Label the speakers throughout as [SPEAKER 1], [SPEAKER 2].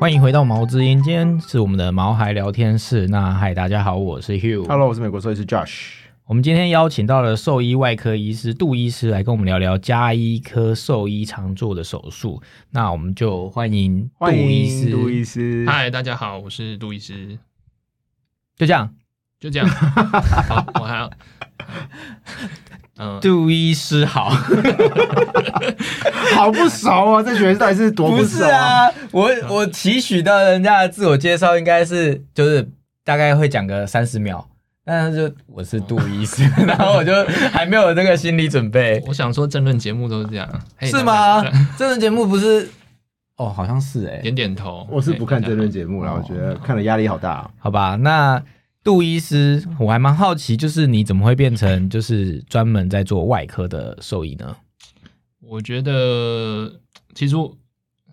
[SPEAKER 1] 欢迎回到毛之音，今天是我们的毛孩聊天室。那嗨，大家好，我是 Hugh。
[SPEAKER 2] Hello，我是美国兽医师 Josh。
[SPEAKER 1] 我们今天邀请到了兽医外科医师杜医师来跟我们聊聊加医科兽医常做的手术。那我们就欢迎杜
[SPEAKER 2] 欢
[SPEAKER 1] 医
[SPEAKER 2] 迎
[SPEAKER 1] 师，
[SPEAKER 2] 杜医师。
[SPEAKER 3] 嗨，大家好，我是杜医师，
[SPEAKER 1] 就这样。
[SPEAKER 3] 就 这样。好，我还要，嗯，
[SPEAKER 1] 杜医师 好，
[SPEAKER 2] 好不熟啊，这学生到底是多
[SPEAKER 4] 不是
[SPEAKER 2] 熟啊？，
[SPEAKER 4] 我我期许到人家的自我介绍应该是就是大概会讲个三十秒，但是就我是杜医 师，然后我就还没有这个心理准备，
[SPEAKER 3] 我想说政论节目都是这样，嘿
[SPEAKER 4] 是吗
[SPEAKER 3] 大 家？
[SPEAKER 4] 真人节目不是？哦，好像是哎、
[SPEAKER 3] 点点头，
[SPEAKER 2] 我是不看
[SPEAKER 3] 政
[SPEAKER 2] 争论节目啦，我觉得看了压力好大啊。
[SPEAKER 1] 好吧？那杜医师，我还蛮好奇，就是你怎么会变成就是专门在做外科的兽医呢？
[SPEAKER 3] 我觉得其实我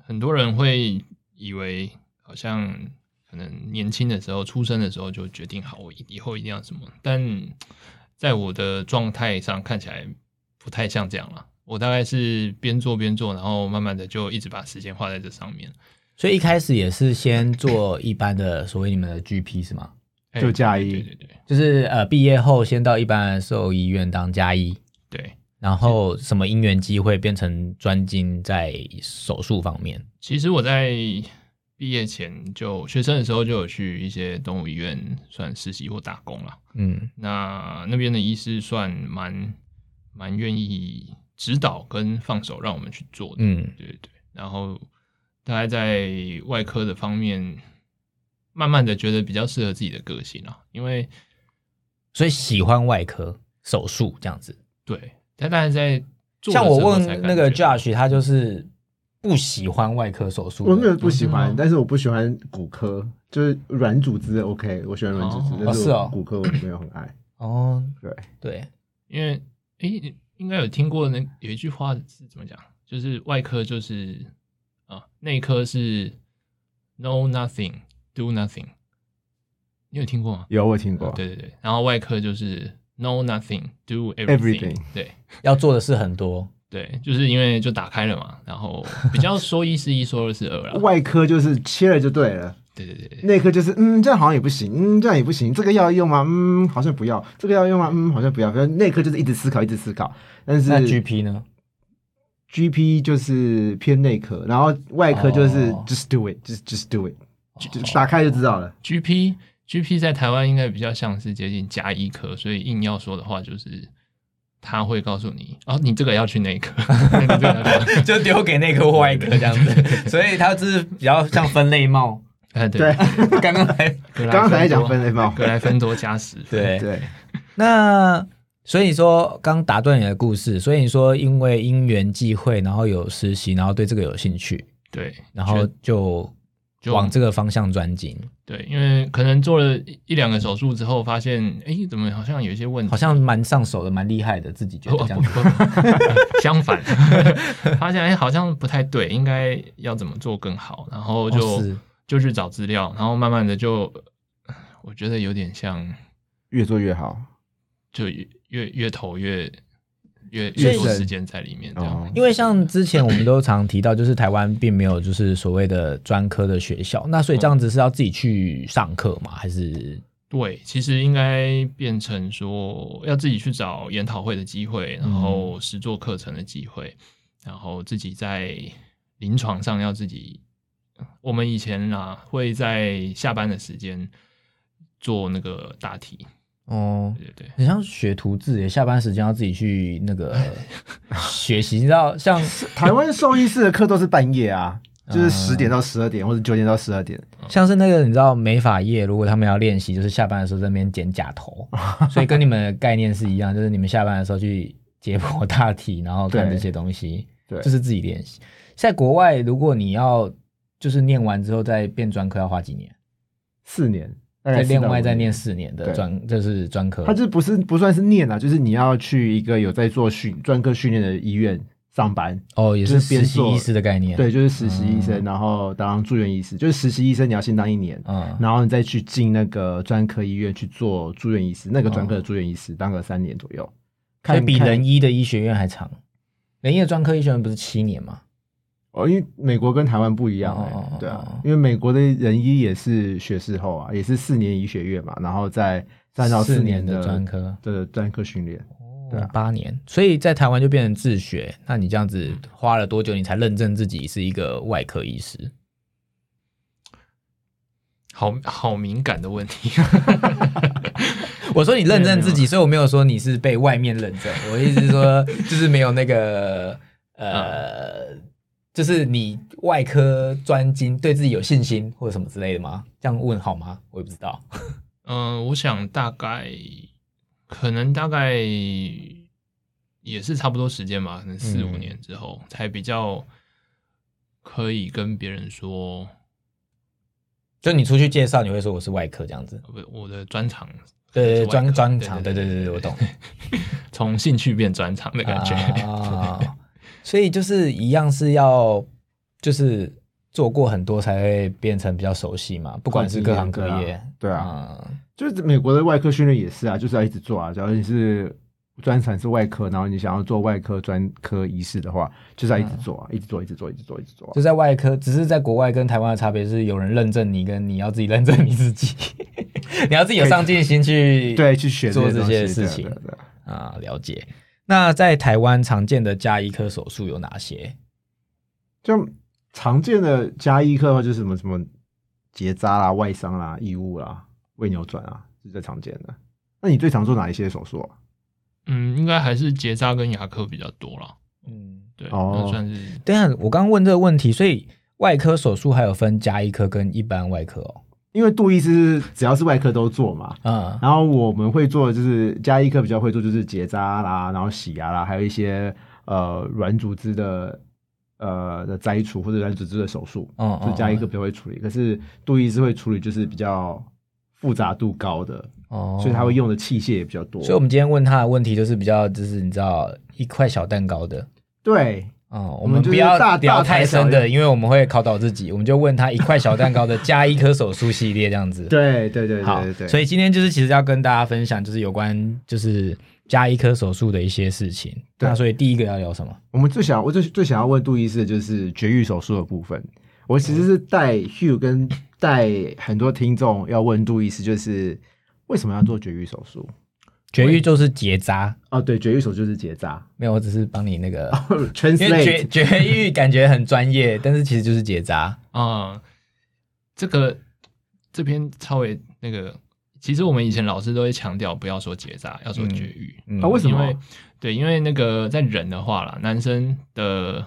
[SPEAKER 3] 很多人会以为，好像可能年轻的时候、出生的时候就决定好，我以后一定要什么。但在我的状态上看起来不太像这样了。我大概是边做边做，然后慢慢的就一直把时间花在这上面。
[SPEAKER 1] 所以一开始也是先做一般的所谓你们的 GP 是吗？
[SPEAKER 3] 嘿
[SPEAKER 2] 就加一
[SPEAKER 3] 哎对对对
[SPEAKER 1] 就是呃毕业后先到一般的兽医院当加医，
[SPEAKER 3] 对。
[SPEAKER 1] 然后什么因缘机会变成专精在手术方面？
[SPEAKER 3] 其实我在毕业前就学生的时候就有去一些动物医院算实习或打工啦。
[SPEAKER 1] 嗯，
[SPEAKER 3] 那那边的医师算蛮蛮愿意指导跟放手让我们去做的，
[SPEAKER 1] 嗯
[SPEAKER 3] 对对对。然后大概在外科的方面，慢慢的觉得比较适合自己的个性啊，因为
[SPEAKER 1] 所以喜欢外科手术这样子。
[SPEAKER 3] 对，但大概在做的
[SPEAKER 4] 像我
[SPEAKER 3] 时候才
[SPEAKER 4] 问
[SPEAKER 3] 感
[SPEAKER 4] 那个
[SPEAKER 3] 觉
[SPEAKER 4] Josh，他就是不喜欢外科手术的，
[SPEAKER 2] 我没有不喜欢
[SPEAKER 3] 嗯，
[SPEAKER 2] 但是我不喜欢骨科，就是软组织 OK，我喜欢软组织
[SPEAKER 3] 哦，
[SPEAKER 2] 但
[SPEAKER 4] 是
[SPEAKER 2] 是我
[SPEAKER 4] 哦
[SPEAKER 2] 骨科我没有很爱。
[SPEAKER 4] 哦，
[SPEAKER 2] 对，
[SPEAKER 4] 对，
[SPEAKER 3] 因为诶、应该有听过那有一句话是怎么讲？就是外科就是啊，内科是 know nothing do nothing，你有听过吗？
[SPEAKER 2] 有我听
[SPEAKER 3] 对对对，然后外科就是 know nothing do everything，,
[SPEAKER 2] Everything
[SPEAKER 3] 对
[SPEAKER 4] 要做的事很多，
[SPEAKER 3] 对，就是因为就打开了嘛，然后比较说一是一，说二是二啦，
[SPEAKER 2] 外科就是切了就对了，
[SPEAKER 3] 对对对对
[SPEAKER 2] 内科就是嗯，这样好像也不行，嗯，这样也不行，这个要用吗？嗯，好像不要，这个要用吗？嗯，好像不要。反正内科就是一直思考，一直思考。但是
[SPEAKER 4] 那 GP 呢？
[SPEAKER 2] GP E 就是偏内科，然后外科就是
[SPEAKER 4] 哦
[SPEAKER 2] just do it，just just do it，就就打开就知道了。
[SPEAKER 3] ，GP GP 在台湾应该比较像是接近加医科，所以硬要说的话就是。他会告诉你哦，你这个要哎去 内科，你这个要去内科
[SPEAKER 4] 就丢给内科或外科这样子，所以它是比较像分类帽。
[SPEAKER 3] 哎，对
[SPEAKER 2] 对，，
[SPEAKER 4] 刚刚 还
[SPEAKER 3] 格莱芬多
[SPEAKER 2] 刚刚才讲分类帽
[SPEAKER 3] 格莱芬多加十分，
[SPEAKER 4] 对，
[SPEAKER 2] 对，
[SPEAKER 1] 那所以说刚打断你的故事，所以你说因为因缘际会，然后有实习，然后对这个有兴趣，
[SPEAKER 3] 对，
[SPEAKER 1] 然后
[SPEAKER 3] 就
[SPEAKER 1] 就
[SPEAKER 3] 就
[SPEAKER 1] 往这个方向专精，
[SPEAKER 3] 对，因为可能做了一一两个手术之后，发现哎，怎么好像有一些问题，
[SPEAKER 1] 好像蛮上手的，蛮厉害的，自己觉得
[SPEAKER 3] 哦
[SPEAKER 1] 这
[SPEAKER 3] 不
[SPEAKER 1] 样子。
[SPEAKER 3] 不 不相反， 发现哎好像不太对，应该要怎么做更好，然后就、
[SPEAKER 1] 哦是
[SPEAKER 3] 就去找资料，然后慢慢的就呃我觉得有点像，
[SPEAKER 2] 越做越好。
[SPEAKER 3] 就越越越投越越
[SPEAKER 2] 所
[SPEAKER 3] 越
[SPEAKER 2] 以
[SPEAKER 3] 多时间在里面这样
[SPEAKER 2] 哦，
[SPEAKER 1] 因为像之前我们都常提到，就是台湾并没有就是所谓的专科的学校，那所以这样子是要自己去上课吗？还是
[SPEAKER 3] 对，其实应该变成说要自己去找研讨会的机会，然
[SPEAKER 2] 嗯
[SPEAKER 3] 后实做课程的机会，然后自己在临床上要自己。我们以前啊会在下班的时间做那个大题，
[SPEAKER 1] 哦？
[SPEAKER 3] 对对对，
[SPEAKER 1] 很像学徒制耶，下班时间要自己去那 个学习，你知道，像
[SPEAKER 2] 台湾兽医师的课都是半夜 啊，就是
[SPEAKER 1] 嗯
[SPEAKER 2] 十点到十二点，或者九点到十二点。
[SPEAKER 1] 像是那个你知道美发业，如果他们要练习，就是下班的时候在那边剪假 头，所以跟你们的概念是一样，就是你们下班的时候去解剖大体，然后看
[SPEAKER 2] 对
[SPEAKER 1] 这些东西，
[SPEAKER 2] 对
[SPEAKER 1] 就是自己练习。在国外，如果你要就是念完之后再变专科，要花几年？
[SPEAKER 2] 四年，大概
[SPEAKER 1] 再
[SPEAKER 2] 四到
[SPEAKER 1] 另外
[SPEAKER 2] 五
[SPEAKER 1] 再
[SPEAKER 2] 年
[SPEAKER 1] 念。四年的
[SPEAKER 2] 对
[SPEAKER 1] 专，就是专科
[SPEAKER 2] 他。这不是不算是念啊，就是你要去一个有在做训专科训练的医院上班。
[SPEAKER 1] 哦，也是
[SPEAKER 2] 就是边
[SPEAKER 1] 实习
[SPEAKER 2] 做
[SPEAKER 1] 医师的概念。，
[SPEAKER 2] 对，就是实习医生，然后当住院医师，就是实习医生你要先当一年，
[SPEAKER 1] 嗯，
[SPEAKER 2] 然后你再去进那个专科医院去做住院医师，那个专科的住院医师当个三年左右，
[SPEAKER 1] 所以比
[SPEAKER 2] 看
[SPEAKER 1] 人医的医学院还长。人医的专科医学院不是七年吗？
[SPEAKER 2] 哦，因为美国跟台湾不一样、欸，
[SPEAKER 1] 哦哦哦
[SPEAKER 2] 对啊
[SPEAKER 1] 哦，
[SPEAKER 2] 因为美国的人医也是学士后啊，也是四年医学院嘛，然后再再到
[SPEAKER 1] 四
[SPEAKER 2] 年
[SPEAKER 1] 年的专科
[SPEAKER 2] 的专科训练，对啊
[SPEAKER 1] 嗯八年，所以在台湾就变成自学。那你这样子花了多久，你才认证自己是一个外科医师？
[SPEAKER 3] 好好敏感的问题。
[SPEAKER 1] 我说你认证自己，所以我没有说你是被外面认证。我的意思是说，就是没有那个呃，
[SPEAKER 2] 嗯
[SPEAKER 1] 就是你外科专精，对自己有信心或者什么之类的吗？这样问好吗？我也不知道。
[SPEAKER 3] 嗯、我想大概可能大概也是差不多时间吧，可能四五
[SPEAKER 1] 嗯
[SPEAKER 3] 年之后、才比较可以跟别人说，
[SPEAKER 1] 就你出去介绍，你会说我是外科这样
[SPEAKER 2] 哦
[SPEAKER 1] 子。
[SPEAKER 3] 呃不，我的专长可
[SPEAKER 1] 对对
[SPEAKER 3] 能是外
[SPEAKER 1] 对，
[SPEAKER 3] 科。
[SPEAKER 1] 专专长，对对对对，我懂。
[SPEAKER 3] 从兴趣变专长的感觉。
[SPEAKER 1] 啊，所以就是一样是要就是做过很多才会变成比较熟悉嘛，不管是各行各业，
[SPEAKER 2] 对啊
[SPEAKER 1] 嗯
[SPEAKER 2] 就是美国的外科训练也是啊，就是要一直做啊。只要你是专长是外科，然后你想要做外科专科医师的话，就是要一直做啊，一直做，一直做，一直做，一直做啊、
[SPEAKER 1] 就在外科，只是在国外跟台湾的差别是，有人认证你，跟你要自己认证你自己， 你要自己有上进心去
[SPEAKER 2] 对，去学
[SPEAKER 1] 做这
[SPEAKER 2] 这
[SPEAKER 1] 些
[SPEAKER 2] 些
[SPEAKER 1] 事
[SPEAKER 2] 东西
[SPEAKER 1] 情
[SPEAKER 2] 对啊对啊对啊
[SPEAKER 1] 啊、了解。那在台湾常见的加医科手术有哪些？
[SPEAKER 2] 就常见的加医科的话，就是什么什么结扎啦、外伤啦、异物啦、胃扭转啊，是最常见的。那你最常做哪一些手术、啊？
[SPEAKER 3] 嗯，应该还是结扎跟牙科比较多啦。
[SPEAKER 1] 嗯，
[SPEAKER 3] 对，
[SPEAKER 2] 哦
[SPEAKER 3] 那算是
[SPEAKER 1] 对啊，我刚刚问这个问题，所以外科手术还有分加医科跟一般外科哦。
[SPEAKER 2] 因为杜医师只要是外科都做嘛，
[SPEAKER 1] 嗯，
[SPEAKER 2] 然后我们会做的就是加医科比较会做就是结扎啦，然后洗牙啦，还有一些呃软组织的呃的摘除或者软组织的手术，
[SPEAKER 1] 嗯嗯
[SPEAKER 2] 就加医科比较会处理。可是杜医师会处理就是比较复杂度高的，
[SPEAKER 1] 哦
[SPEAKER 2] 所以他会用的器械也比较多。
[SPEAKER 1] 所以，我们今天问他的问题就是比较，就是你知道一块小蛋糕的，
[SPEAKER 2] 对
[SPEAKER 1] 嗯，我
[SPEAKER 2] 我们
[SPEAKER 1] 们
[SPEAKER 2] 就
[SPEAKER 1] 不
[SPEAKER 2] 是
[SPEAKER 1] 要
[SPEAKER 2] 大
[SPEAKER 1] 聊
[SPEAKER 2] 大材
[SPEAKER 1] 太深
[SPEAKER 2] 小
[SPEAKER 1] 的，因为我们会考倒自己。我们就问他一块小蛋糕的加一颗手术系列这样子。，
[SPEAKER 2] 对对对
[SPEAKER 1] 好
[SPEAKER 2] 对对，，
[SPEAKER 1] 所
[SPEAKER 2] 以
[SPEAKER 1] 以今天就是其实要跟大家分享，就是有关就是加一颗手术的一些事情。
[SPEAKER 2] 对
[SPEAKER 1] 那所以第一个要聊什么？
[SPEAKER 2] 我们最想我最最想要问杜医师的就是绝育手术的部分。我其实是带 Hugh 跟带很多听众要问杜医师，就是为什么要做绝育手术？
[SPEAKER 1] 绝育就是结扎，
[SPEAKER 2] 哦，对，绝育手就是结扎，
[SPEAKER 1] 没有，我只是帮你那个 因为绝
[SPEAKER 2] ，translate
[SPEAKER 1] 绝育感觉很专业，但是其实就是结扎。
[SPEAKER 3] 啊、这个这篇稍微那个，其实我们以前老师都会强调不要说结扎，要说绝育。
[SPEAKER 1] 嗯
[SPEAKER 2] 啊，为什
[SPEAKER 3] 因
[SPEAKER 2] 么
[SPEAKER 3] 为？对，因为那个在人的话啦，男生的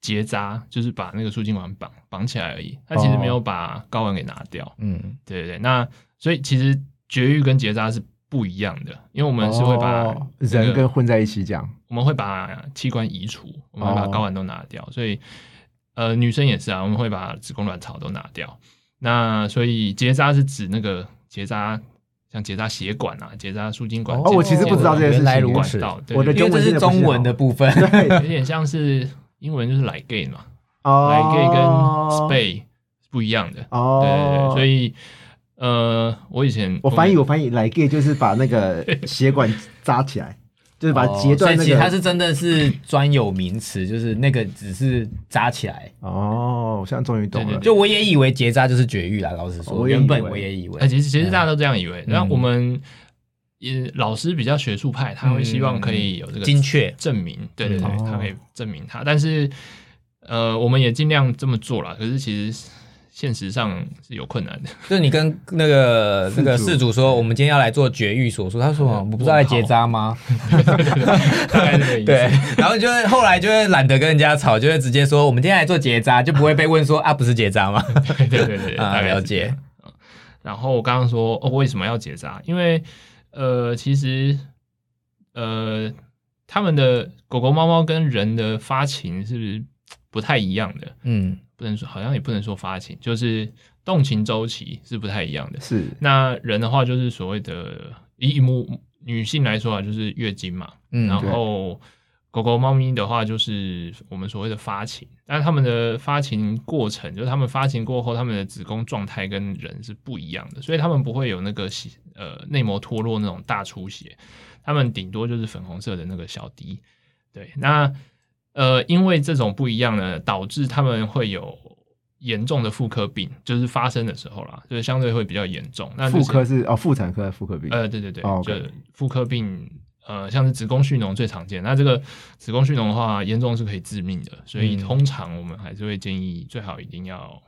[SPEAKER 3] 结扎就是把那个输精管绑绑起来而已，他其实没
[SPEAKER 2] 哦
[SPEAKER 3] 有把睾丸给拿掉。
[SPEAKER 1] 嗯，
[SPEAKER 3] 对对对，那所以其实绝育跟结扎是不一样的，因为我
[SPEAKER 2] 我
[SPEAKER 3] 们是会把、
[SPEAKER 2] 哦人跟混在一起讲，
[SPEAKER 3] 我们会把器官移除，我们会把
[SPEAKER 2] 哦
[SPEAKER 3] 睾丸都拿掉，所以呃，女生也是啊，我们会把子宫、卵巢都拿掉。那所以结扎是指那个结扎，像结扎血管啊，结扎输精管。
[SPEAKER 2] 哦我其实不知道这件事
[SPEAKER 1] 原
[SPEAKER 2] 情
[SPEAKER 1] 来如
[SPEAKER 3] 管
[SPEAKER 1] 此，
[SPEAKER 3] 道，对
[SPEAKER 2] 我的
[SPEAKER 3] 对
[SPEAKER 1] 因为这是中文的部分。
[SPEAKER 3] 对有点像是英文就是 like gay 嘛
[SPEAKER 2] 哦
[SPEAKER 3] ，like gay 跟 spay 是不一样的。
[SPEAKER 2] 哦，
[SPEAKER 3] 对对对，所以呃，我以前
[SPEAKER 2] 我翻译我翻译来 gay 就是把那个血管扎起来，就是把截断
[SPEAKER 1] 哦所
[SPEAKER 2] 那
[SPEAKER 1] 以其实它
[SPEAKER 2] 个
[SPEAKER 1] 是真的是专有名词，就是那个只是扎起来。
[SPEAKER 2] 哦，我现在终于懂了
[SPEAKER 3] 对，
[SPEAKER 1] 就我也以为结扎就是绝育啦，老实说，
[SPEAKER 2] 我也以
[SPEAKER 1] 原哦
[SPEAKER 2] 为
[SPEAKER 1] 本我也以为
[SPEAKER 3] 哎、。其实其实大家都这样以为，
[SPEAKER 1] 嗯
[SPEAKER 3] 那、我们也老师比较学术派，他会希望可以有这个
[SPEAKER 1] 精确
[SPEAKER 3] 证明，对对对，
[SPEAKER 2] 嗯
[SPEAKER 3] 他可以证明它。但是呃，我们也尽量这么做了，可是其实现实上是有困难 的。
[SPEAKER 1] 就是你跟那个
[SPEAKER 2] 事主
[SPEAKER 1] 那个事主说，我们今天要来做绝育手术，他说我不是要来结扎吗？
[SPEAKER 3] 大概这个意思。
[SPEAKER 1] 对，然后就会后来就会懒得跟人家吵，就会直接说我们今天来做结扎，就不会被问说啊不是结扎吗？
[SPEAKER 3] 对对对对，
[SPEAKER 1] 啊
[SPEAKER 3] 大概是
[SPEAKER 1] 了解
[SPEAKER 3] 这样。嗯然后我刚刚说哦，为什么要结扎？因为呃，其实呃，他们的狗狗、猫猫跟人的发情是不太一样的。
[SPEAKER 1] 嗯，
[SPEAKER 3] 不能说，好像也不能说发情，就是动情周期是不太一样的。
[SPEAKER 2] 是
[SPEAKER 3] 那人的话，就是所谓的以以母女性来说啊，就是月经嘛，
[SPEAKER 1] 嗯
[SPEAKER 3] 然后狗狗、猫咪的话，就是我们所谓的发情，但是它们的发情过程，就是它们发情过后，它们的子宫状态跟人是不一样的，所以它们不会有那个血呃内膜脱落那种大出血，它们顶多就是粉红色的那个小滴。对，那呃，因为这种不一样呢，导致他们会有严重的妇科病，就是发生的时候啦，就是相对会比较严重。那就
[SPEAKER 2] 妇
[SPEAKER 3] 是
[SPEAKER 2] 科是哦，妇产科的妇科病，
[SPEAKER 3] 呃，对对对，
[SPEAKER 2] 哦
[SPEAKER 3] 就
[SPEAKER 2] ，OK
[SPEAKER 3] 妇科病，呃，像是子宫蓄脓最常见。那这个子宫蓄脓的话，严重是可以致命的，所以
[SPEAKER 5] 嗯
[SPEAKER 3] 通常我们还是会建议最好一定要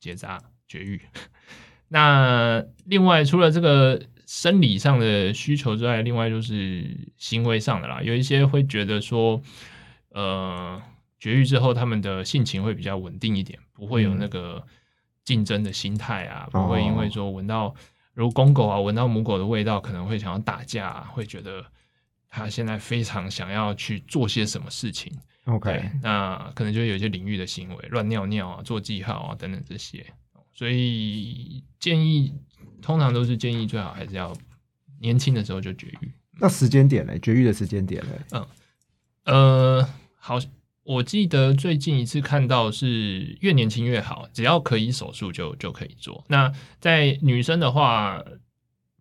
[SPEAKER 3] 结扎绝育。 那另外除了这个生理上的需求之外，另外就是行为上的啦，有一些会觉得说，呃，绝育之后他们的性情会比较稳定一点，不会
[SPEAKER 2] 嗯
[SPEAKER 3] 有那个竞争的心态啊，不会因为说闻到如果公狗啊闻到母狗的味道，可能会想要打架、啊，会觉得它现在非常想要去做些什么事情。对
[SPEAKER 2] OK，，
[SPEAKER 3] 那可能就会有一些领域的行为，乱尿尿啊、做记号啊等等这些，所以建议通常都是建议最好还是要年轻的时候就绝育。
[SPEAKER 2] 那时间点嘞，绝育的时间点嘞，
[SPEAKER 3] 呃，好，我记得最近一次看到是越年轻越好，只要可以手术就就可以做。那在女生的话，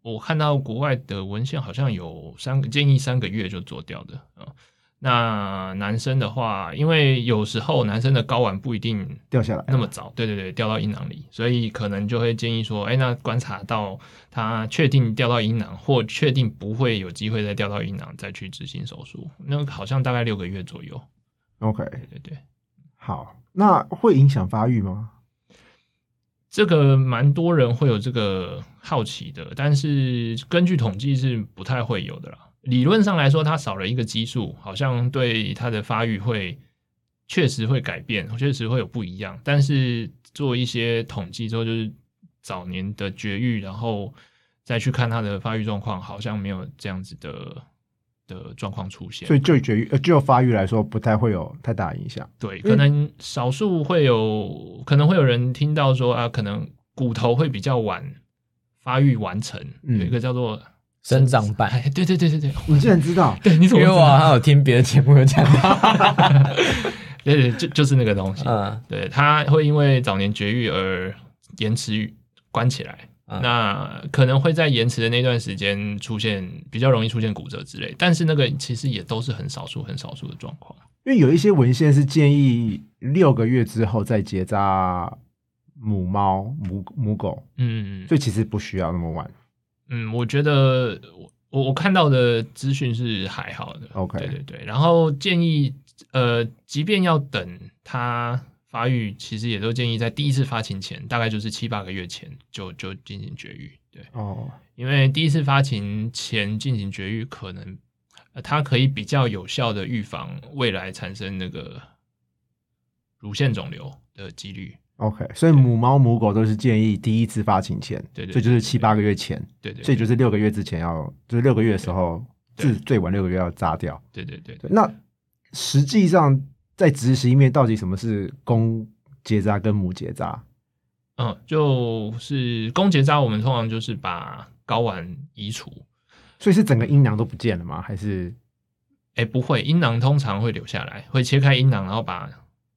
[SPEAKER 3] 我看到国外的文献好像有三个建议三个月就做掉的啊、呃那男生的话，因为有时候男生的睾丸不一定
[SPEAKER 2] 掉下来，
[SPEAKER 3] 那么早，对对对，掉到阴囊里，所以可能就会建议说，哎，那观察到他确定掉到阴囊，或确定不会有机会再掉到阴囊，再去执行手术。那好像大概六个月左右，
[SPEAKER 2] OK，
[SPEAKER 3] 对对对，
[SPEAKER 2] 好，那会影响发育吗？
[SPEAKER 3] 这个蛮多人会有这个好奇的，但是根据统计是不太会有的啦。理论上来说，它少了一个激素，好像对它的发育会确实会改变，确实会有不一样。但是做一些统计之后，就是早年的绝育，然后再去看它的发育状况，好像没有这样子的的状况出现。
[SPEAKER 2] 所以就绝育呃就发育来说，不太会有太大影响。
[SPEAKER 3] 对，
[SPEAKER 2] 因
[SPEAKER 5] 嗯
[SPEAKER 2] 为
[SPEAKER 3] 可能少数会有，可能会有人听到说啊，可能骨头会比较晚发育完成，
[SPEAKER 2] 嗯
[SPEAKER 3] 有一个叫做
[SPEAKER 5] 生长板。
[SPEAKER 3] 哎，对对对 对对，
[SPEAKER 2] 你竟然知道？
[SPEAKER 3] 对，你
[SPEAKER 5] 因
[SPEAKER 3] 怎么
[SPEAKER 5] 为
[SPEAKER 3] 知道
[SPEAKER 5] 我啊好像有听别的节目有讲到，
[SPEAKER 3] 对对，就就是那个东西，
[SPEAKER 5] 嗯，
[SPEAKER 3] 对，它会因为早年绝育而延迟关起来。
[SPEAKER 5] 嗯
[SPEAKER 3] 那可能会在延迟的那段时间出现比较容易出现骨折之类，但是那个其实也都是很少数、很少数的状况。
[SPEAKER 2] 因为有一些文献是建议六个月之后再结扎母猫、母母狗，
[SPEAKER 3] 嗯，
[SPEAKER 2] 所以其实不需要那么晚。
[SPEAKER 3] 嗯，我觉得我我我看到的资讯是还好的
[SPEAKER 2] OK
[SPEAKER 3] 对对对。然后建议呃，即便要等它发育，其实也都建议在第一次发情前，大概就是七八个月前就就进行绝育，对，
[SPEAKER 2] 哦，
[SPEAKER 3] 因为第一次发情前进行绝育，可能、呃它可以比较有效的预防未来产生那个乳腺肿瘤的几率，
[SPEAKER 2] OK，所以母猫、母狗都是建议第一次发情前，
[SPEAKER 3] 对对
[SPEAKER 2] 所以就是
[SPEAKER 3] 对
[SPEAKER 2] 七八个月前，
[SPEAKER 3] 对对
[SPEAKER 2] 所以就
[SPEAKER 3] 对
[SPEAKER 2] 是六个月之前要，就是六个月的时候，
[SPEAKER 3] 对
[SPEAKER 2] 至最晚六个月要扎掉。
[SPEAKER 3] 对对对
[SPEAKER 2] 对，那实际上在执行面，到底什么是公结扎跟母结扎？
[SPEAKER 3] 嗯，就是宫结扎，我们通常就是把睾丸移除。
[SPEAKER 2] 所以是整个阴囊都不见了吗？还是
[SPEAKER 3] 哎，不会，阴囊通常会留下来，会切开阴囊，然后把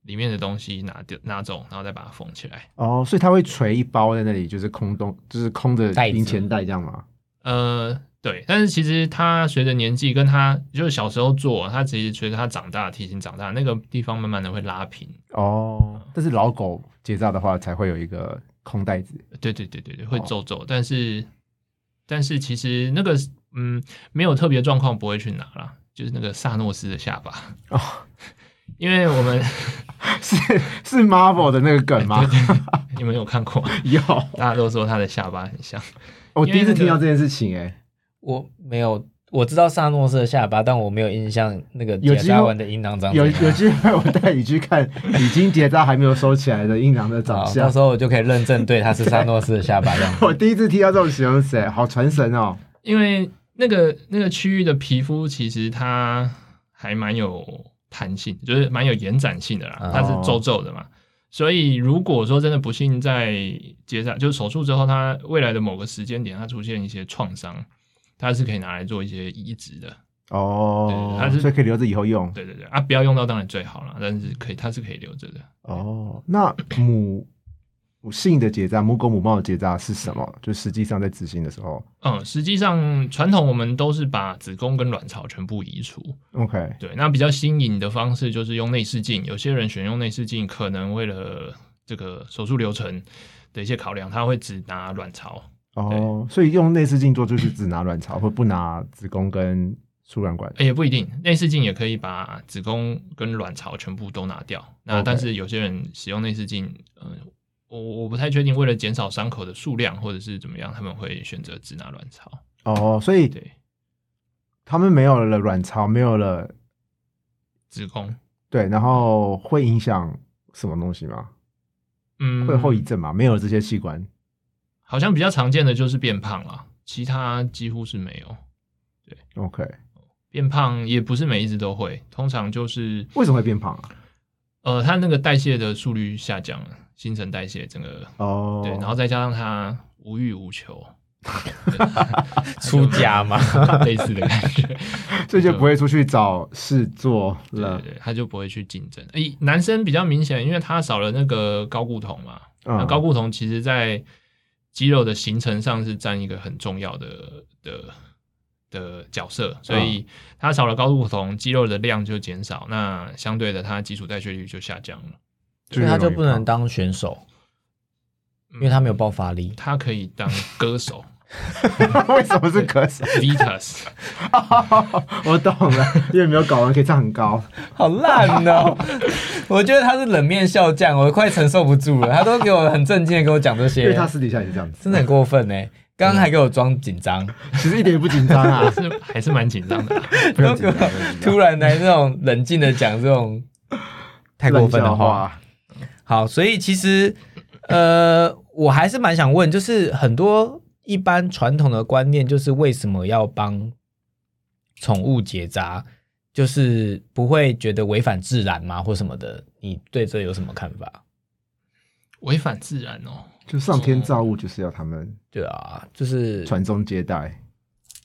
[SPEAKER 3] 里面的东西拿掉拿走，然后再把它缝起来。
[SPEAKER 2] 哦，所以它会垂一包在那里，就是空洞，就是空着
[SPEAKER 5] 袋子
[SPEAKER 2] 零钱袋这样吗？
[SPEAKER 3] 呃，对，但是其实它随着年纪跟它就是小时候做，它其实随着它长大，体型长大，那个地方慢慢的会拉平。
[SPEAKER 2] 哦，但是老狗结扎的话才会有一个空袋 子。
[SPEAKER 3] 对对对对对，会
[SPEAKER 2] 哦
[SPEAKER 3] 皱皱，但是但是其实那个嗯没有特别状况不会去拿啦，就是那个萨诺斯的下巴，
[SPEAKER 2] 哦，
[SPEAKER 3] 因为我们。
[SPEAKER 2] 是是 Marvel 的那个梗吗？
[SPEAKER 3] 你们有看过？
[SPEAKER 2] 有，
[SPEAKER 3] 大家都说他的下巴很像。
[SPEAKER 2] 我第一
[SPEAKER 3] 因为那
[SPEAKER 2] 次
[SPEAKER 3] 个
[SPEAKER 2] 听到这件事情、欸，
[SPEAKER 5] 我没有，我知道萨诺斯的下巴，但我没有印象那个
[SPEAKER 2] 有
[SPEAKER 5] 结
[SPEAKER 2] 机会
[SPEAKER 5] 扎完的阴囊长怎
[SPEAKER 2] 有
[SPEAKER 5] 样。
[SPEAKER 2] 有机会我带你去看已经结扎还没有收起来的阴囊的长
[SPEAKER 5] 好，
[SPEAKER 1] 哦
[SPEAKER 2] 相
[SPEAKER 3] 哦
[SPEAKER 5] 到。时候我就可以认证对他是萨诺斯的下巴这样
[SPEAKER 2] 。我第一次听到这种形容词、欸，好传神哦。
[SPEAKER 3] 因为那个那个区域的皮肤其实它还蛮有弹性，就是蛮有延展性的啦
[SPEAKER 5] 哦，
[SPEAKER 3] 它是皱皱的嘛。所以如果说真的不幸在结扎，就是手术之后，它未来的某个时间点它出现一些创伤，它是可以拿来做一些移植的。
[SPEAKER 2] 哦
[SPEAKER 3] 对，它是
[SPEAKER 2] 所以可以留着以后用。
[SPEAKER 3] 对对对，啊，不要用到当然最好啦，但是可以，它是可以留着的。
[SPEAKER 2] 哦哦，那母性的结扎、母狗母猫的结扎是什么？就实际上在执行的时候
[SPEAKER 3] 嗯，实际上传统我们都是把子宫跟卵巢全部移除。
[SPEAKER 2] ，OK，
[SPEAKER 3] 对，那比较新颖的方式就是用内视镜。有些人选用内视镜，可能为了这个手术流程的一些考量，他会只拿卵巢。
[SPEAKER 2] 哦，所以用内视镜做就是只拿卵巢，或不拿子宫跟输卵管。
[SPEAKER 3] 诶也不一定，内视镜也可以把子宫跟卵巢全部都拿掉。那
[SPEAKER 2] OK
[SPEAKER 3] 但是有些人使用内视镜，嗯、我我不太确定，为了减少伤口的数量或者是怎么样，他们会选择只拿卵巢。
[SPEAKER 2] 哦，所以
[SPEAKER 3] 对，
[SPEAKER 2] 他们没有了卵巢，没有了
[SPEAKER 3] 子宫，
[SPEAKER 2] 对，然后会影响什么东西吗？
[SPEAKER 3] 嗯，
[SPEAKER 2] 会有后遗症吗？没有了这些器官，
[SPEAKER 3] 好像比较常见的就是变胖了，其他几乎是没有。
[SPEAKER 2] OK，
[SPEAKER 3] 变胖也不是每一只都会，通常就是
[SPEAKER 2] 为什么会变胖啊？
[SPEAKER 3] 呃，它那个代谢的速率下降了，新陈代谢整个、
[SPEAKER 2] 哦，
[SPEAKER 3] 对，然后再加上它无欲无求，
[SPEAKER 1] 出家嘛，
[SPEAKER 3] 类似的感觉，
[SPEAKER 2] 所以就不会出去找事做
[SPEAKER 3] 对
[SPEAKER 2] 了
[SPEAKER 3] 对。对，他就不会去竞争。诶、男生比较明显，因为他少了那个睾固酮嘛，那
[SPEAKER 2] 嗯
[SPEAKER 3] 睾固酮其实在肌肉的形成上是占一个很重要的的的角色，所以它少了睾固酮，肌肉的量就减少，那相对的它基础代谢率就下降了。
[SPEAKER 2] 就
[SPEAKER 1] 所以他就
[SPEAKER 2] 容易
[SPEAKER 1] 不能
[SPEAKER 2] 胖
[SPEAKER 1] 当选手，因为他没有爆发力。
[SPEAKER 3] 它可以当歌手
[SPEAKER 2] 为什么是歌手？
[SPEAKER 3] Vitas，
[SPEAKER 2] 我懂了，因为没有睾丸可以站很高。
[SPEAKER 1] 好烂哦！ 我觉得他是冷面笑匠，我快承受不住了。他都给我很震惊的跟我讲这
[SPEAKER 2] 因为
[SPEAKER 1] 些，
[SPEAKER 2] 他私底下也是这样子，
[SPEAKER 1] 真的很过分呢。欸刚刚还给我装紧 张，
[SPEAKER 2] 其实一点也不紧 张啊，
[SPEAKER 3] 是还是蛮紧张的啊、
[SPEAKER 2] 不用紧张，不用紧张
[SPEAKER 1] 突然来这种冷静的讲这种太过分的
[SPEAKER 2] 冷笑
[SPEAKER 1] 话。
[SPEAKER 2] 话。
[SPEAKER 1] 好，所以其实呃，我还是蛮想问，就是很多一般传统的观念，就是为什么要帮宠物结扎，就是不会觉得违反自然吗，或什么的？你对这有什么看法？
[SPEAKER 3] 违反自然哦。
[SPEAKER 2] 就上天造物就是要他们
[SPEAKER 1] 对啊，就是
[SPEAKER 2] 传宗接代，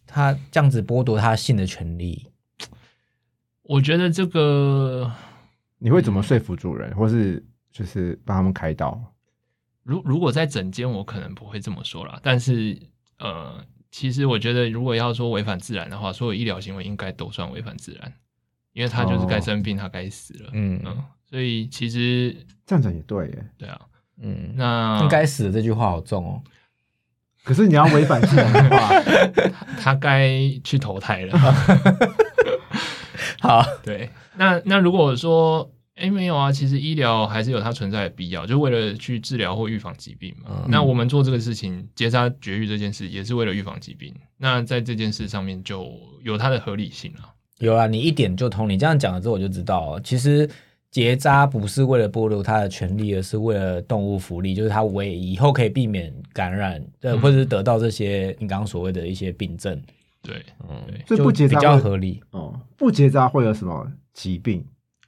[SPEAKER 1] 他这样子剥夺他性的权利，
[SPEAKER 3] 我觉得这个
[SPEAKER 2] 你会怎么说服主
[SPEAKER 1] 嗯
[SPEAKER 2] 人，或是就是帮他们开刀？
[SPEAKER 3] 如如果在整间，我可能不会这么说啦。但是呃，其实我觉得，如果要说违反自然的话，所有医疗行为应该都算违反自然，因为他就是该生病，他该死了。
[SPEAKER 1] 嗯
[SPEAKER 3] 嗯，所以其实
[SPEAKER 2] 这样讲也对耶。
[SPEAKER 3] 对啊，
[SPEAKER 1] 嗯，
[SPEAKER 3] 那
[SPEAKER 1] 应该死的这句话好重哦。
[SPEAKER 2] 可是你要违反自然的 话，
[SPEAKER 3] 他该去投胎了。
[SPEAKER 1] 好，
[SPEAKER 3] 对，那那如果说哎没有啊，其实医疗还是有它存在的必要，就为了去治疗或预防疾病嘛。
[SPEAKER 1] 嗯
[SPEAKER 3] 那我们做这个事情，结扎绝育这件事，也是为了预防疾病。那在这件事上面就有它的合理性了。
[SPEAKER 1] 有啊，你一点就通。你这样讲了之后，我就知道哦，其实结扎不是为了剥夺它的权利，而是为了动物福利，就是它为以后可以避免感染，呃，
[SPEAKER 3] 嗯
[SPEAKER 1] 或者是得到这些你刚刚所谓的一些病症，
[SPEAKER 3] 对，
[SPEAKER 1] 嗯，
[SPEAKER 2] 所以不结
[SPEAKER 1] 就比
[SPEAKER 2] 扎
[SPEAKER 1] 较
[SPEAKER 2] 会
[SPEAKER 1] 合理，
[SPEAKER 2] 哦，不结扎会有什么疾病？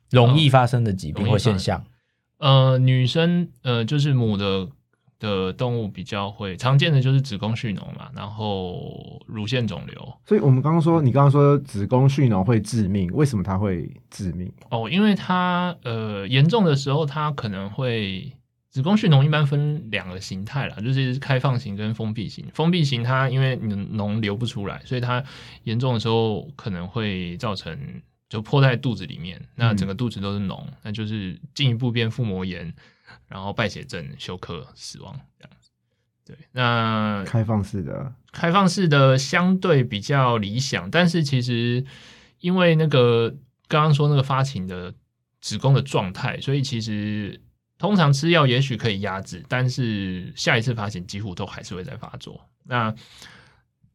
[SPEAKER 1] 容易发生的疾病
[SPEAKER 3] 容易
[SPEAKER 1] 或
[SPEAKER 3] 发生
[SPEAKER 1] 现象。
[SPEAKER 3] 呃，女生呃，就是母的的动物比较会常见的就是子宫蓄脓嘛，然后乳腺肿瘤
[SPEAKER 2] 所以我们刚刚说，你刚刚说子宫蓄脓会致命，为什么它会致命？
[SPEAKER 3] 哦，因为它呃严重的时候，它可能会子宫蓄脓一般分两个形态啦，就是开放型跟封闭型。封闭型它因为你的脓流不出来，所以它严重的时候可能会造成就破在肚子里面，那整个肚子都是脓，那就是进一步变腹膜炎，然后败血症、休克、死亡这样子。对，那
[SPEAKER 2] 开放式的
[SPEAKER 3] 开放式的相对比较理想，但是其实因为那个刚刚说那个发情的子宫的状态，所以其实通常吃药也许可以压制，但是下一次发情几乎都还是会再发作。那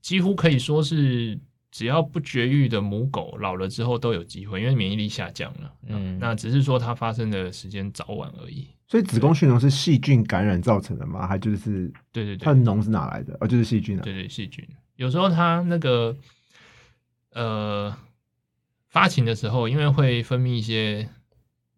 [SPEAKER 3] 几乎可以说是只要不绝育的母狗老了之后都有机会，因为免疫力下降了。
[SPEAKER 1] 嗯，
[SPEAKER 3] 那只是说它发生的时间早晚而已。
[SPEAKER 2] 所以子宫蓄脓是细菌感染造成的吗？还就是
[SPEAKER 3] 对对对，
[SPEAKER 2] 它的脓是哪来的？哦，就是细菌啊。
[SPEAKER 3] 对对，细菌。有时候它那个呃发情的时候，因为会分泌一些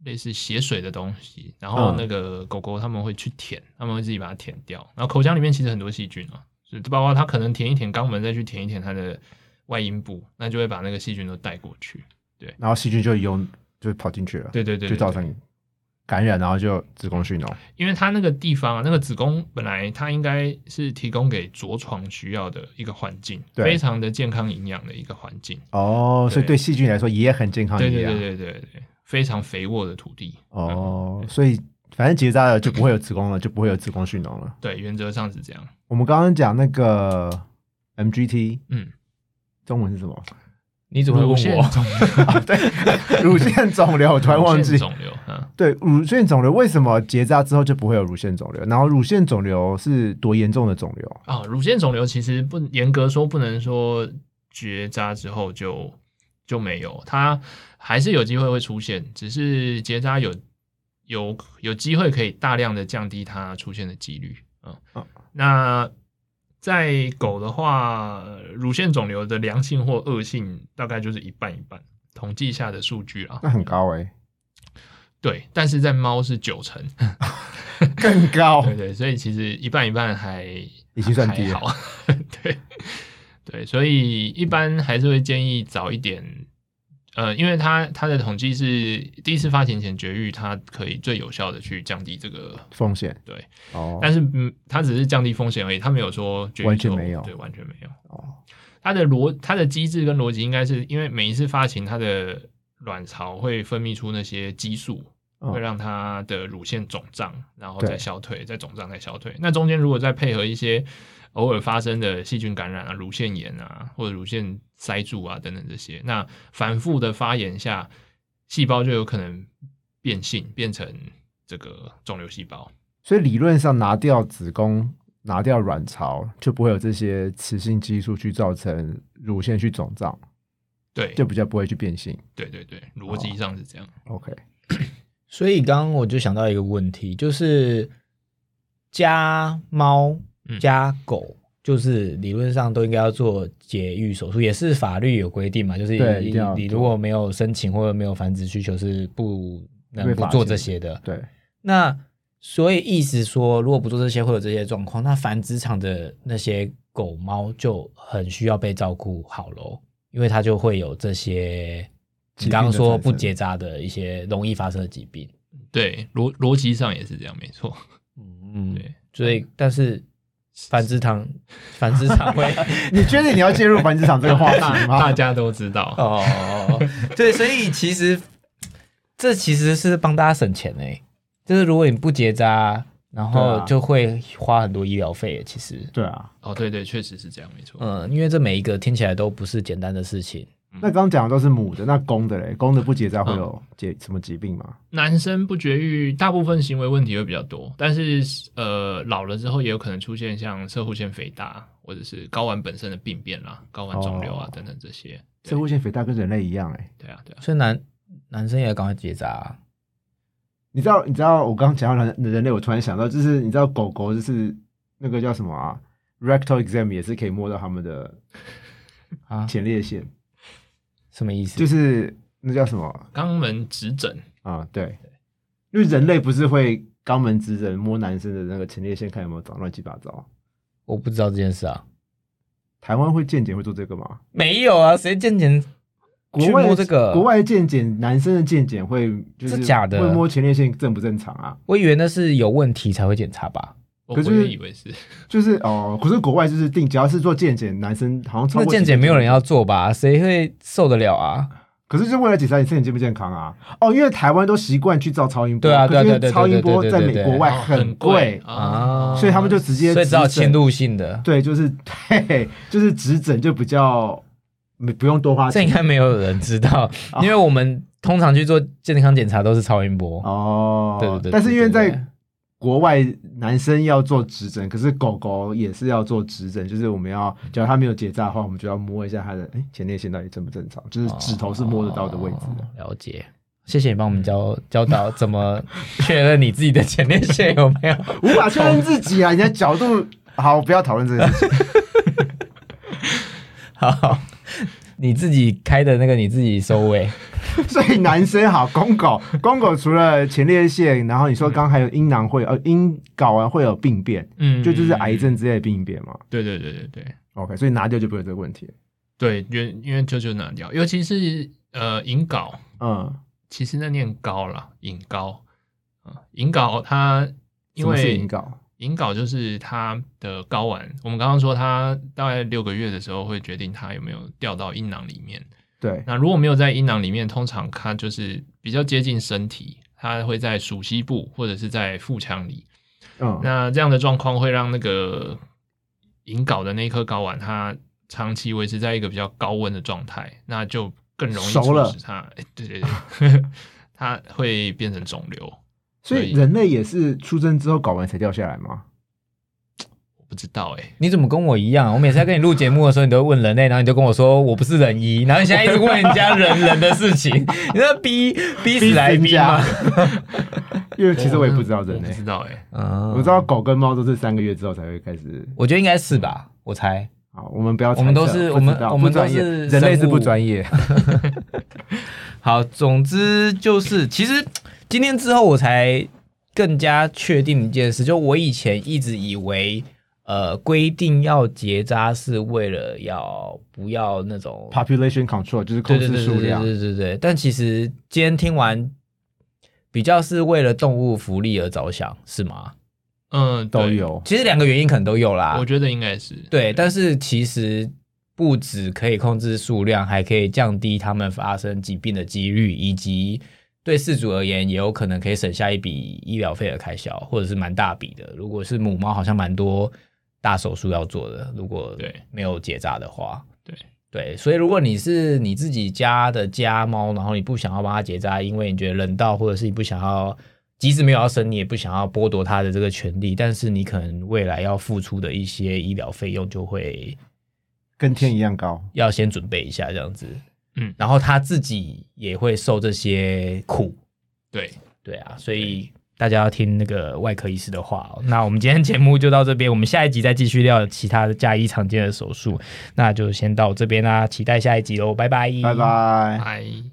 [SPEAKER 3] 类似血水的东西，然后
[SPEAKER 2] 嗯
[SPEAKER 3] 那个狗狗它们会去舔，它们会自己把它舔掉。然后口腔里面其实很多细菌啊，就包括它可能舔一舔肛门，再去舔一舔它的外阴部，那就会把那个细菌都带过去。
[SPEAKER 2] 然后细菌就有就跑进去了，
[SPEAKER 3] 对对对
[SPEAKER 2] 就
[SPEAKER 3] 对
[SPEAKER 2] 造
[SPEAKER 3] 对
[SPEAKER 2] 成感染，然后就子宫蓄脓。
[SPEAKER 3] 因为他那个地方啊，那个子宫本来它应该是提供给着床需要的一个环境，
[SPEAKER 2] 对
[SPEAKER 3] 非常的健康营养的一个环境。
[SPEAKER 2] 哦，所以
[SPEAKER 3] 对
[SPEAKER 2] 对细菌来说也很健康
[SPEAKER 3] 对
[SPEAKER 2] 一
[SPEAKER 3] 对
[SPEAKER 2] 样。
[SPEAKER 3] 对对对对，非常肥沃的土地。嗯
[SPEAKER 2] 哦，所以反正结扎了就不会有子宫了，就不会有子宫蓄脓了。
[SPEAKER 3] 对，原则上是这样。
[SPEAKER 2] 我们刚刚讲那个 MGT，
[SPEAKER 3] 嗯，
[SPEAKER 2] 中文是什 么？
[SPEAKER 1] 你怎么会
[SPEAKER 3] 乳
[SPEAKER 1] 问
[SPEAKER 3] 腺
[SPEAKER 1] 我？
[SPEAKER 3] 肿
[SPEAKER 2] 啊对，乳腺肿瘤，我 突然忘
[SPEAKER 3] 乳
[SPEAKER 2] 记
[SPEAKER 3] 腺。肿瘤，嗯，
[SPEAKER 2] 对，乳腺肿瘤为什么结扎之后就不会有乳腺肿瘤？然后乳腺肿瘤是多严重的肿瘤？
[SPEAKER 3] 啊，乳腺肿瘤其实不严格说不能说结扎之后就就没有，它还是有机会会出现，只是结扎有有有机会可以大量的降低它出现的几率啊。
[SPEAKER 2] 哦
[SPEAKER 3] 那在狗的话，呃乳腺肿瘤的良性或恶性大概就是一半一半，统计下的数据啊
[SPEAKER 2] 那。很高 哎、
[SPEAKER 3] 对，但是在猫是九成，
[SPEAKER 2] 更高
[SPEAKER 3] 对对，所以其实一半一半还
[SPEAKER 2] 哦已经算低了
[SPEAKER 3] 还好，对对，所以一般还是会建议早一点，呃，因为它它的统计是第一次发情前绝育，它可以最有效的去降低这个。
[SPEAKER 2] 风险
[SPEAKER 3] 对，
[SPEAKER 2] 哦
[SPEAKER 3] 但是嗯，它只是降低风险而已，它没有说绝育
[SPEAKER 2] 完全
[SPEAKER 3] 之后
[SPEAKER 2] 没有
[SPEAKER 3] 对，完全没有。
[SPEAKER 2] 哦，
[SPEAKER 3] 它的逻它的机制跟逻辑应该是因为每一次发情，它的卵巢会分泌出那些激素，
[SPEAKER 2] 嗯
[SPEAKER 3] 会让它的乳腺肿胀，然后
[SPEAKER 2] 对
[SPEAKER 3] 再消退，再肿胀再消退。那中间如果再配合一些偶尔发生的细菌感染啊、乳腺炎啊，或者乳腺塞住啊等等这些，那反复的发炎下，细胞就有可能变性，变成这个肿瘤细胞。
[SPEAKER 2] 所以理论上拿掉子宫、拿掉卵巢，就不会有这些雌性激素去造成乳腺去肿胀，
[SPEAKER 3] 对，
[SPEAKER 2] 就比哦较不会去变性。
[SPEAKER 3] 对对对，逻辑上是这样。
[SPEAKER 2] OK，
[SPEAKER 1] 所以刚刚我就想到一个问题，就是家猫
[SPEAKER 3] 嗯、
[SPEAKER 1] 家狗，就是理论上都应该要做节育手术，也是法律有规定嘛，就是
[SPEAKER 2] 对一
[SPEAKER 1] 你
[SPEAKER 2] 定要
[SPEAKER 1] 你
[SPEAKER 2] 做
[SPEAKER 1] 如果没有申请或者没有繁殖需求是不能
[SPEAKER 2] 被
[SPEAKER 1] 不
[SPEAKER 2] 罚
[SPEAKER 1] 做
[SPEAKER 2] 钱
[SPEAKER 1] 这些的。
[SPEAKER 2] 对，
[SPEAKER 1] 那所以意思说，如果不做这些会有这些状况，那繁殖场的那些狗猫就很需要被照顾好喽，因为它就会有这些你
[SPEAKER 2] 疾病的
[SPEAKER 1] 刚刚说
[SPEAKER 2] 产
[SPEAKER 1] 不
[SPEAKER 2] 生
[SPEAKER 1] 结扎的一些容易发生的疾病。
[SPEAKER 3] 对，逻逻辑上也是这样，没错。
[SPEAKER 1] 嗯，
[SPEAKER 3] 对，
[SPEAKER 1] 所以但是繁殖场繁殖场会
[SPEAKER 2] 你确定你要介入繁殖场这个话题
[SPEAKER 3] 大
[SPEAKER 2] 吗？
[SPEAKER 3] 家都知 道。
[SPEAKER 1] 哦，对，所以其实这其实是帮大家省钱哎、就是如果你不结扎，然
[SPEAKER 2] 对
[SPEAKER 1] 后
[SPEAKER 2] 啊
[SPEAKER 1] 就会花很多医疗费耶欸其实。
[SPEAKER 2] 对啊，
[SPEAKER 3] 哦，对对，确实是这样，没错。
[SPEAKER 1] 嗯，因为这每一个听起来都不是简单的事情。
[SPEAKER 2] 那刚刚讲的都是母的，那公的嘞？公的不结扎会有
[SPEAKER 3] 嗯
[SPEAKER 2] 结什么疾病吗？
[SPEAKER 3] 男生不绝育，大部分行为问题会比较多，但是呃，老了之后也有可能出现像射护腺肥大或者是睾丸本身的病变啦、睾丸肿瘤啊、
[SPEAKER 2] 哦
[SPEAKER 3] 等等这些。对
[SPEAKER 2] 射护腺肥大跟人类一样哎、
[SPEAKER 3] 对啊，对啊，
[SPEAKER 1] 所以男男生也要赶快结扎啊、
[SPEAKER 2] 你知道，你知道我刚刚讲到人人类，我突然想到，就是你知道狗狗就是那个叫什么啊，rectal exam 也是可以摸到它们的
[SPEAKER 1] 啊
[SPEAKER 2] 前列腺，
[SPEAKER 1] 什么意思？
[SPEAKER 2] 就是那叫什么
[SPEAKER 3] 肛门指诊，
[SPEAKER 2] 啊？对，因为人类不是会肛门指诊摸男生的那个前列腺，看有没有长乱七八糟。
[SPEAKER 1] 我不知道这件事啊。
[SPEAKER 2] 台湾会健检会做这个吗？
[SPEAKER 1] 没有啊，谁健检
[SPEAKER 2] 国
[SPEAKER 1] 去
[SPEAKER 2] 外
[SPEAKER 1] 摸
[SPEAKER 2] 的
[SPEAKER 1] 这个？
[SPEAKER 2] 国外的健检，男生的健检会就是
[SPEAKER 1] 这假的
[SPEAKER 2] 会摸前列腺正不正常啊？
[SPEAKER 1] 我以为那是有问题才会检查吧？
[SPEAKER 3] 我
[SPEAKER 2] 可是
[SPEAKER 3] 我也以为是，
[SPEAKER 2] 就是哦，可是国外就是定，只要是做健检，男生好像超
[SPEAKER 1] 那
[SPEAKER 2] 过
[SPEAKER 1] 健
[SPEAKER 2] 几个
[SPEAKER 1] 检没有
[SPEAKER 2] 钟
[SPEAKER 1] 人要做吧？谁会受得了啊？
[SPEAKER 2] 可是就为了检查你身体健不健康啊？哦，因为台湾都习惯去照超音波，
[SPEAKER 1] 对啊
[SPEAKER 2] 可是
[SPEAKER 1] 对啊
[SPEAKER 2] 因为
[SPEAKER 1] 对啊
[SPEAKER 2] 超音波
[SPEAKER 1] 对啊
[SPEAKER 2] 在
[SPEAKER 1] 对啊
[SPEAKER 2] 美
[SPEAKER 1] 对啊
[SPEAKER 2] 国外
[SPEAKER 3] 哦
[SPEAKER 2] 哎很
[SPEAKER 3] 贵
[SPEAKER 2] 贵，
[SPEAKER 1] 啊
[SPEAKER 2] 所以他们就直接
[SPEAKER 1] 所以只好
[SPEAKER 2] 指诊
[SPEAKER 1] 侵入性的，
[SPEAKER 2] 对，就是 嘿，就是指诊就比较没不用多花
[SPEAKER 1] 这
[SPEAKER 2] 钱
[SPEAKER 1] 应该没有人知 道，因为我们通常去做健康检查都是超音波。
[SPEAKER 2] 哦。
[SPEAKER 1] 对对对
[SPEAKER 2] 但是因为
[SPEAKER 1] 对对对
[SPEAKER 2] 在国外，男生要做指诊，可是狗狗也是要做指诊，就是我们要，只要它没有结扎的话，我们就要摸一下它的哎前列腺到底正不正常，就是指头是摸得到的位置的。
[SPEAKER 1] 哦了解，谢谢你帮我们教教导怎么确认你自己的前列腺有没有。
[SPEAKER 2] 无法确认自己啊，你的角度好，不要讨论这件事情。
[SPEAKER 1] 好，你自己开的那个你自己收尾。
[SPEAKER 2] 所以男生好，公狗，公狗除了前列腺，然后你说刚还有阴囊会有，呃，阴睾丸会有病变，
[SPEAKER 3] 嗯，
[SPEAKER 2] 就就是癌
[SPEAKER 3] 嗯。
[SPEAKER 2] 症之类的病变嘛。
[SPEAKER 3] 对对对对对
[SPEAKER 2] OK，所以拿掉就不会有这个问题。
[SPEAKER 3] 对，因因为就就拿掉，尤其是呃引睾，
[SPEAKER 2] 嗯，
[SPEAKER 3] 其实那念高啦，引高，啊，引睾它因
[SPEAKER 2] 什么是
[SPEAKER 3] 为
[SPEAKER 2] 引睾，
[SPEAKER 3] 引睾就是它的睾丸，我们刚刚说它大概六个月的时候会决定它有没有掉到阴囊里面。
[SPEAKER 2] 对，
[SPEAKER 3] 那如果没有在阴囊里面，通常它就是比较接近身体，它会在属膝部或者是在腹腔里。
[SPEAKER 2] 嗯，
[SPEAKER 3] 那这样的状况会让那个引睾的那一颗睾丸，它长期维持在一个比较高温的状态，那就更容易
[SPEAKER 2] 熟了
[SPEAKER 3] 促使它，哎对对 对，它会变成肿瘤。
[SPEAKER 2] 所以人类也是出生之后睾丸才掉下来吗？
[SPEAKER 3] 我不知道哎、
[SPEAKER 1] 你怎么跟我一样啊？我每次在跟你录节目的时候，你都会问人类，然后你就跟我说我不是人一，然后你现在一直问人家人人的事情， 你在逼逼死来逼吗？
[SPEAKER 2] 因为其实我也不知道
[SPEAKER 3] 我
[SPEAKER 2] 人
[SPEAKER 3] 不
[SPEAKER 2] 类
[SPEAKER 3] 知，道哎、
[SPEAKER 1] 嗯，
[SPEAKER 2] 我知道狗跟猫都是三个月之后才会开始。
[SPEAKER 1] 我觉得应该是吧，我猜。
[SPEAKER 2] 好，我们不要猜测，
[SPEAKER 1] 我们都是
[SPEAKER 2] 不知道
[SPEAKER 1] 我们我
[SPEAKER 2] 不
[SPEAKER 1] 们都
[SPEAKER 2] 专业
[SPEAKER 1] 是
[SPEAKER 2] 人类是
[SPEAKER 1] 生物
[SPEAKER 2] 不 专业，
[SPEAKER 1] 好，总之就是，其实今天之后我才更加确定一件事，就我以前一直以为，呃，规定要结扎是为了要不要那种
[SPEAKER 2] population control 就是
[SPEAKER 1] 对
[SPEAKER 2] 控
[SPEAKER 1] 对
[SPEAKER 2] 制
[SPEAKER 1] 对
[SPEAKER 2] 数
[SPEAKER 1] 对对
[SPEAKER 2] 量。
[SPEAKER 1] 对对对，但其实今天听完，比较是为了动物福利而着想，是吗？
[SPEAKER 3] 嗯，
[SPEAKER 2] 都
[SPEAKER 3] 对，
[SPEAKER 2] 有，
[SPEAKER 1] 其实两个原因可能都有啦
[SPEAKER 3] 我，觉得应该是
[SPEAKER 1] 对，但是其实不止可以控制数量，还可以降低它们发生疾病的几率，以及对饲主而言，也有可能可以省下一笔医疗费的开销，或者是蛮大笔的。如果是母猫，好像蛮多大手术要做的，如果
[SPEAKER 3] 对
[SPEAKER 1] 没有结扎的话，
[SPEAKER 3] 对
[SPEAKER 1] 对，所以如果你是你自己家的家猫，然后你不想要帮它结扎，因为你觉得人道，或者是你不想要。即使没有要生，你也不想要剥夺它的这个权利，但是你可能未来要付出的一些医疗费用就会
[SPEAKER 2] 跟天一样高。
[SPEAKER 1] 要先准备一下这样子，
[SPEAKER 3] 嗯
[SPEAKER 1] 然后他自己也会受这些苦，
[SPEAKER 3] 对，
[SPEAKER 1] 对啊，所以大家要听那个外科医师的话、哦。那我们今天节目就到这边，我们下一集再继续聊其他的加医常哦见的手术，那就先到这边啦，期待下一集喽，拜拜，
[SPEAKER 2] 拜拜。
[SPEAKER 1] 哎
[SPEAKER 3] 拜。